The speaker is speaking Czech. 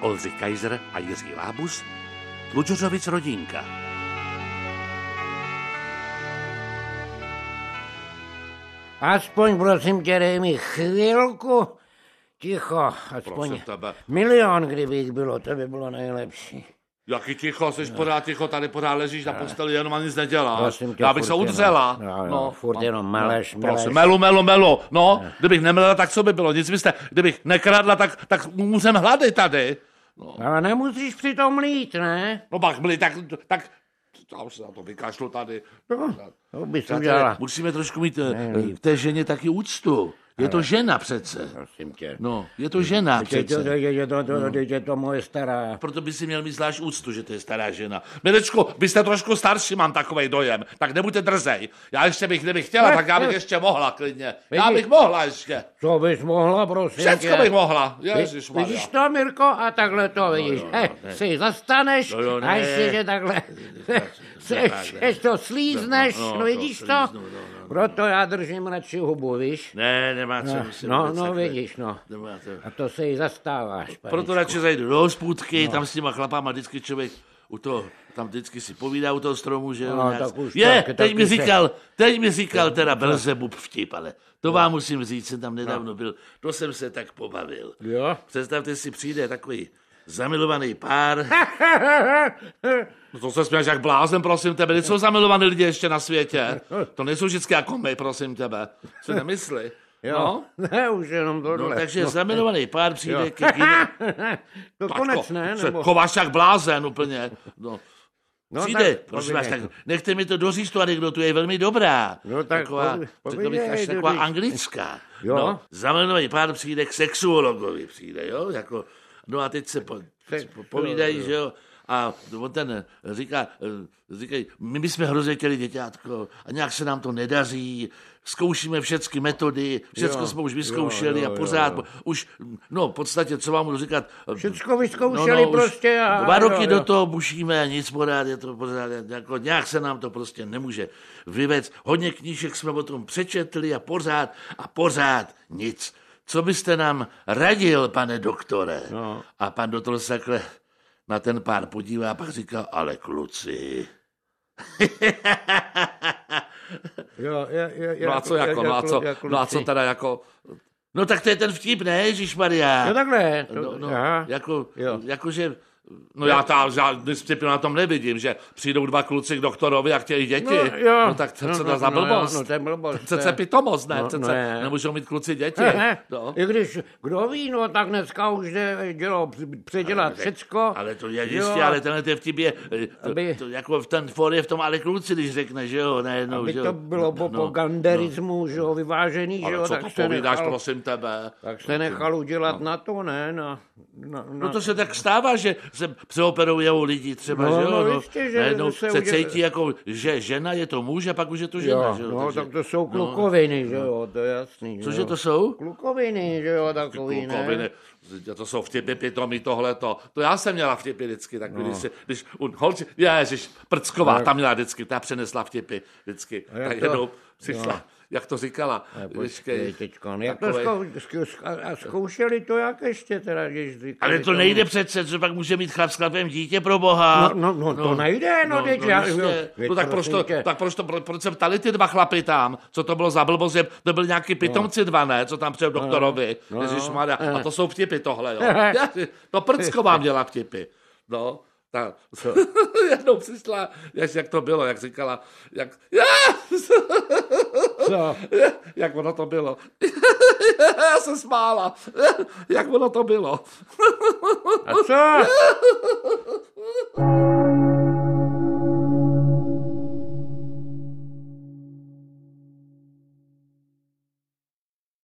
Oldřich Kaiser a Jiří Lábus, Tlučořovic rodinka. Aspoň prosím tě, dej mi chvilku. Ticho, aspoň Prosím tebe. milion, kdyby jich bylo, to by bylo nejlepší. Jaký ticho, jsi pořád ticho, tady pořád ležíš na posteli, jenom a nic neděláš. Prosím tě, Já bych se furt jenom- udřela. no, jo, furt jenom meleš, no, prosím, meleš. melu, melu, melu. No, kdybych nemelela, tak co by bylo? Nic byste, kdybych nekradla, tak, tak můžem hlady tady. Ale nemusíš přitom lít, ne? No pak byli, tak, tak, já už se na to vykašlu tady. To bys Přátelé, udělala. Musíme trošku mít eh, k té ženě taky úctu. Je to žena přece. Prosím tě. No, je to žena Teď je to, přece. teď je to, to, teď je to moje stará. Proto by si měl mít zvlášť úctu, že to je stará žena. Mirečku, vy jste trošku starší, mám takový dojem. Tak nebuďte drzej. Já ještě bych, kdybych chtěla, Ne, tak já bych ne. ještě mohla klidně. Já Vidíš? bych mohla ještě. Co bys mohla, prosím Všecko tě? bych mohla. Vy- Ježišmarja. No, Vidíš to, Mirko? A takhle to vidíš. jo, Eh, ne. si zastaneš No jo, a ne. ještě že takhle se, ne. se to slízneš. No, no, No vidíš to to? slíznu, no, no. Proto já držím radši hubu, víš? Ne, nemá co. si No, vůbec no takhle. vidíš, no. Nemá to. A to se jí zastáváš, Proto Proto... radši zajdu do hospůdky, no. tam s těma chlapama vždycky člověk u toho, tam vždycky si povídá u toho stromu, že jo, No, nějak- tak už je, tak- teď taky mi se- říkal, teď mi říkal teda Belzebub vtip, ale No. to vám musím říct, jsem tam nedávno byl, to jsem se tak pobavil. Jo? Představte si, přijde takový zamilovaný pár. No to se směš jak blázen, prosím tebe. Nejsou zamilovaný lidi ještě na světě. To nejsou vždycky jako my, prosím tebe. Co nemysli? Jo. No, Ne, už jenom no, tohle. takže zamilovaný pár přijde Jo. ke kine, to Patko, konec, ne? se Nebo... chováš jak blázen úplně. No. No, No Přijde, tak prosím vás, tak povídej. nechte mi to doříct, tu anekdotu je velmi dobrá. No tak taková, povi- řekl bych, až povídej, taková Judiš. anglická. Jo. No, zamilovaný pár přijde k sexuologovi, přijde, jo, jako, no a teď se po, po, povídají, že jo, a on ten říká, eh, říkají, my bychom hrozně chtěli děťátko a nějak se nám to nedaří, zkoušíme všechny metody, všechno Jo, jsme už jo, vyzkoušeli jo, a jo, pořád, jo. už, no v podstatě, co vám budu říkat, eh, Všecko vyzkoušeli No, už prostě a- Dva a jo, roky jo. do toho bušíme a nic pořád, je to pořád, jako nějak se nám to prostě nemůže vyvec. Hodně knížek jsme o tom přečetli a pořád a pořád nic. Co byste nám radil, pane doktore? No. A pan doktor se takhle na ten pár podívá a pak říká, ale kluci. Jo, je, je, je, No a co je- jako, je- no a je- co, je- no a co kluci. teda jako... No tak to je ten vtip, ne, Ježišmaria? No takhle. To, No, no, aha. jako, Jo. jakože, no já ta, já vtipy na tom nevidím, že přijdou dva kluci k doktorovi a chtějí děti. No, jo. no tak co No, to no, za no, jo, blbost? no, to je blbost, to Přece je- pitomost, ne? No, Přece ne. nemůžou mít kluci děti. No. I když, kdo ví, no tak dneska už jde dělo, př- předělat všecko. Ale to je Jo, jistě, ale tenhle ten vtip je, eh, to, Aby- to, jako v ten for je v tom ale kluci, když řekne, že jo, najednou, Aby že jo. to bylo po no, poganderismu, že jo, vyvážený, že Ale jo, co tak to se povídáš, nechal- prosím tebe? Tak se nechal udělat na to, ne? Na, na, na, No to se tak stává, že se přeoperujou lidi třeba, No, že jo? no, jistě, že najednou se, se se uděl- cítí jako, že žena je to muž a pak už je to žena, jo, že jo? no, Takže- tak to jsou klukoviny, že jo, to je jasný. Cože jo. to jsou? Klukoviny, že jo, takový, Klukoviny. ne? To jsou vtipy pitomí tohleto. To já jsem měla vtipy vždycky, tak no. když, si, když u holči, ježiš, Prcková, tak. tam měla vždycky, ta přenesla vtipy vždycky. A jak Tak to- No. jenom přišla, jak to říkala. Počkej, Počkej, teďkon, no, jak to zkou, zkou, zkou- a zkoušeli to jak ještě teda, když říkali ale to tomu- nejde přece, co pak může mít chlap s chlapem dítě pro boha. No, no, no, to nejde, no, teď já- jistě. jo, no teď tak proč, to, prosím tě. tak proč, to, pro, proč se ptali ty dva chlapy tam? Co to bylo za blbost, že to byli nějaký pitomci dva, ne? Co tam přijel doktorovi. No, no. Ježišmarja. A to jsou vtipy tohle, jo. Já- To prcko vám dělá vtipy. No, tak. Jednou přišla, jak, jak to bylo, jak říkala, jak, Co? jak ono to bylo. Já se smála. Jak ono to bylo. A co?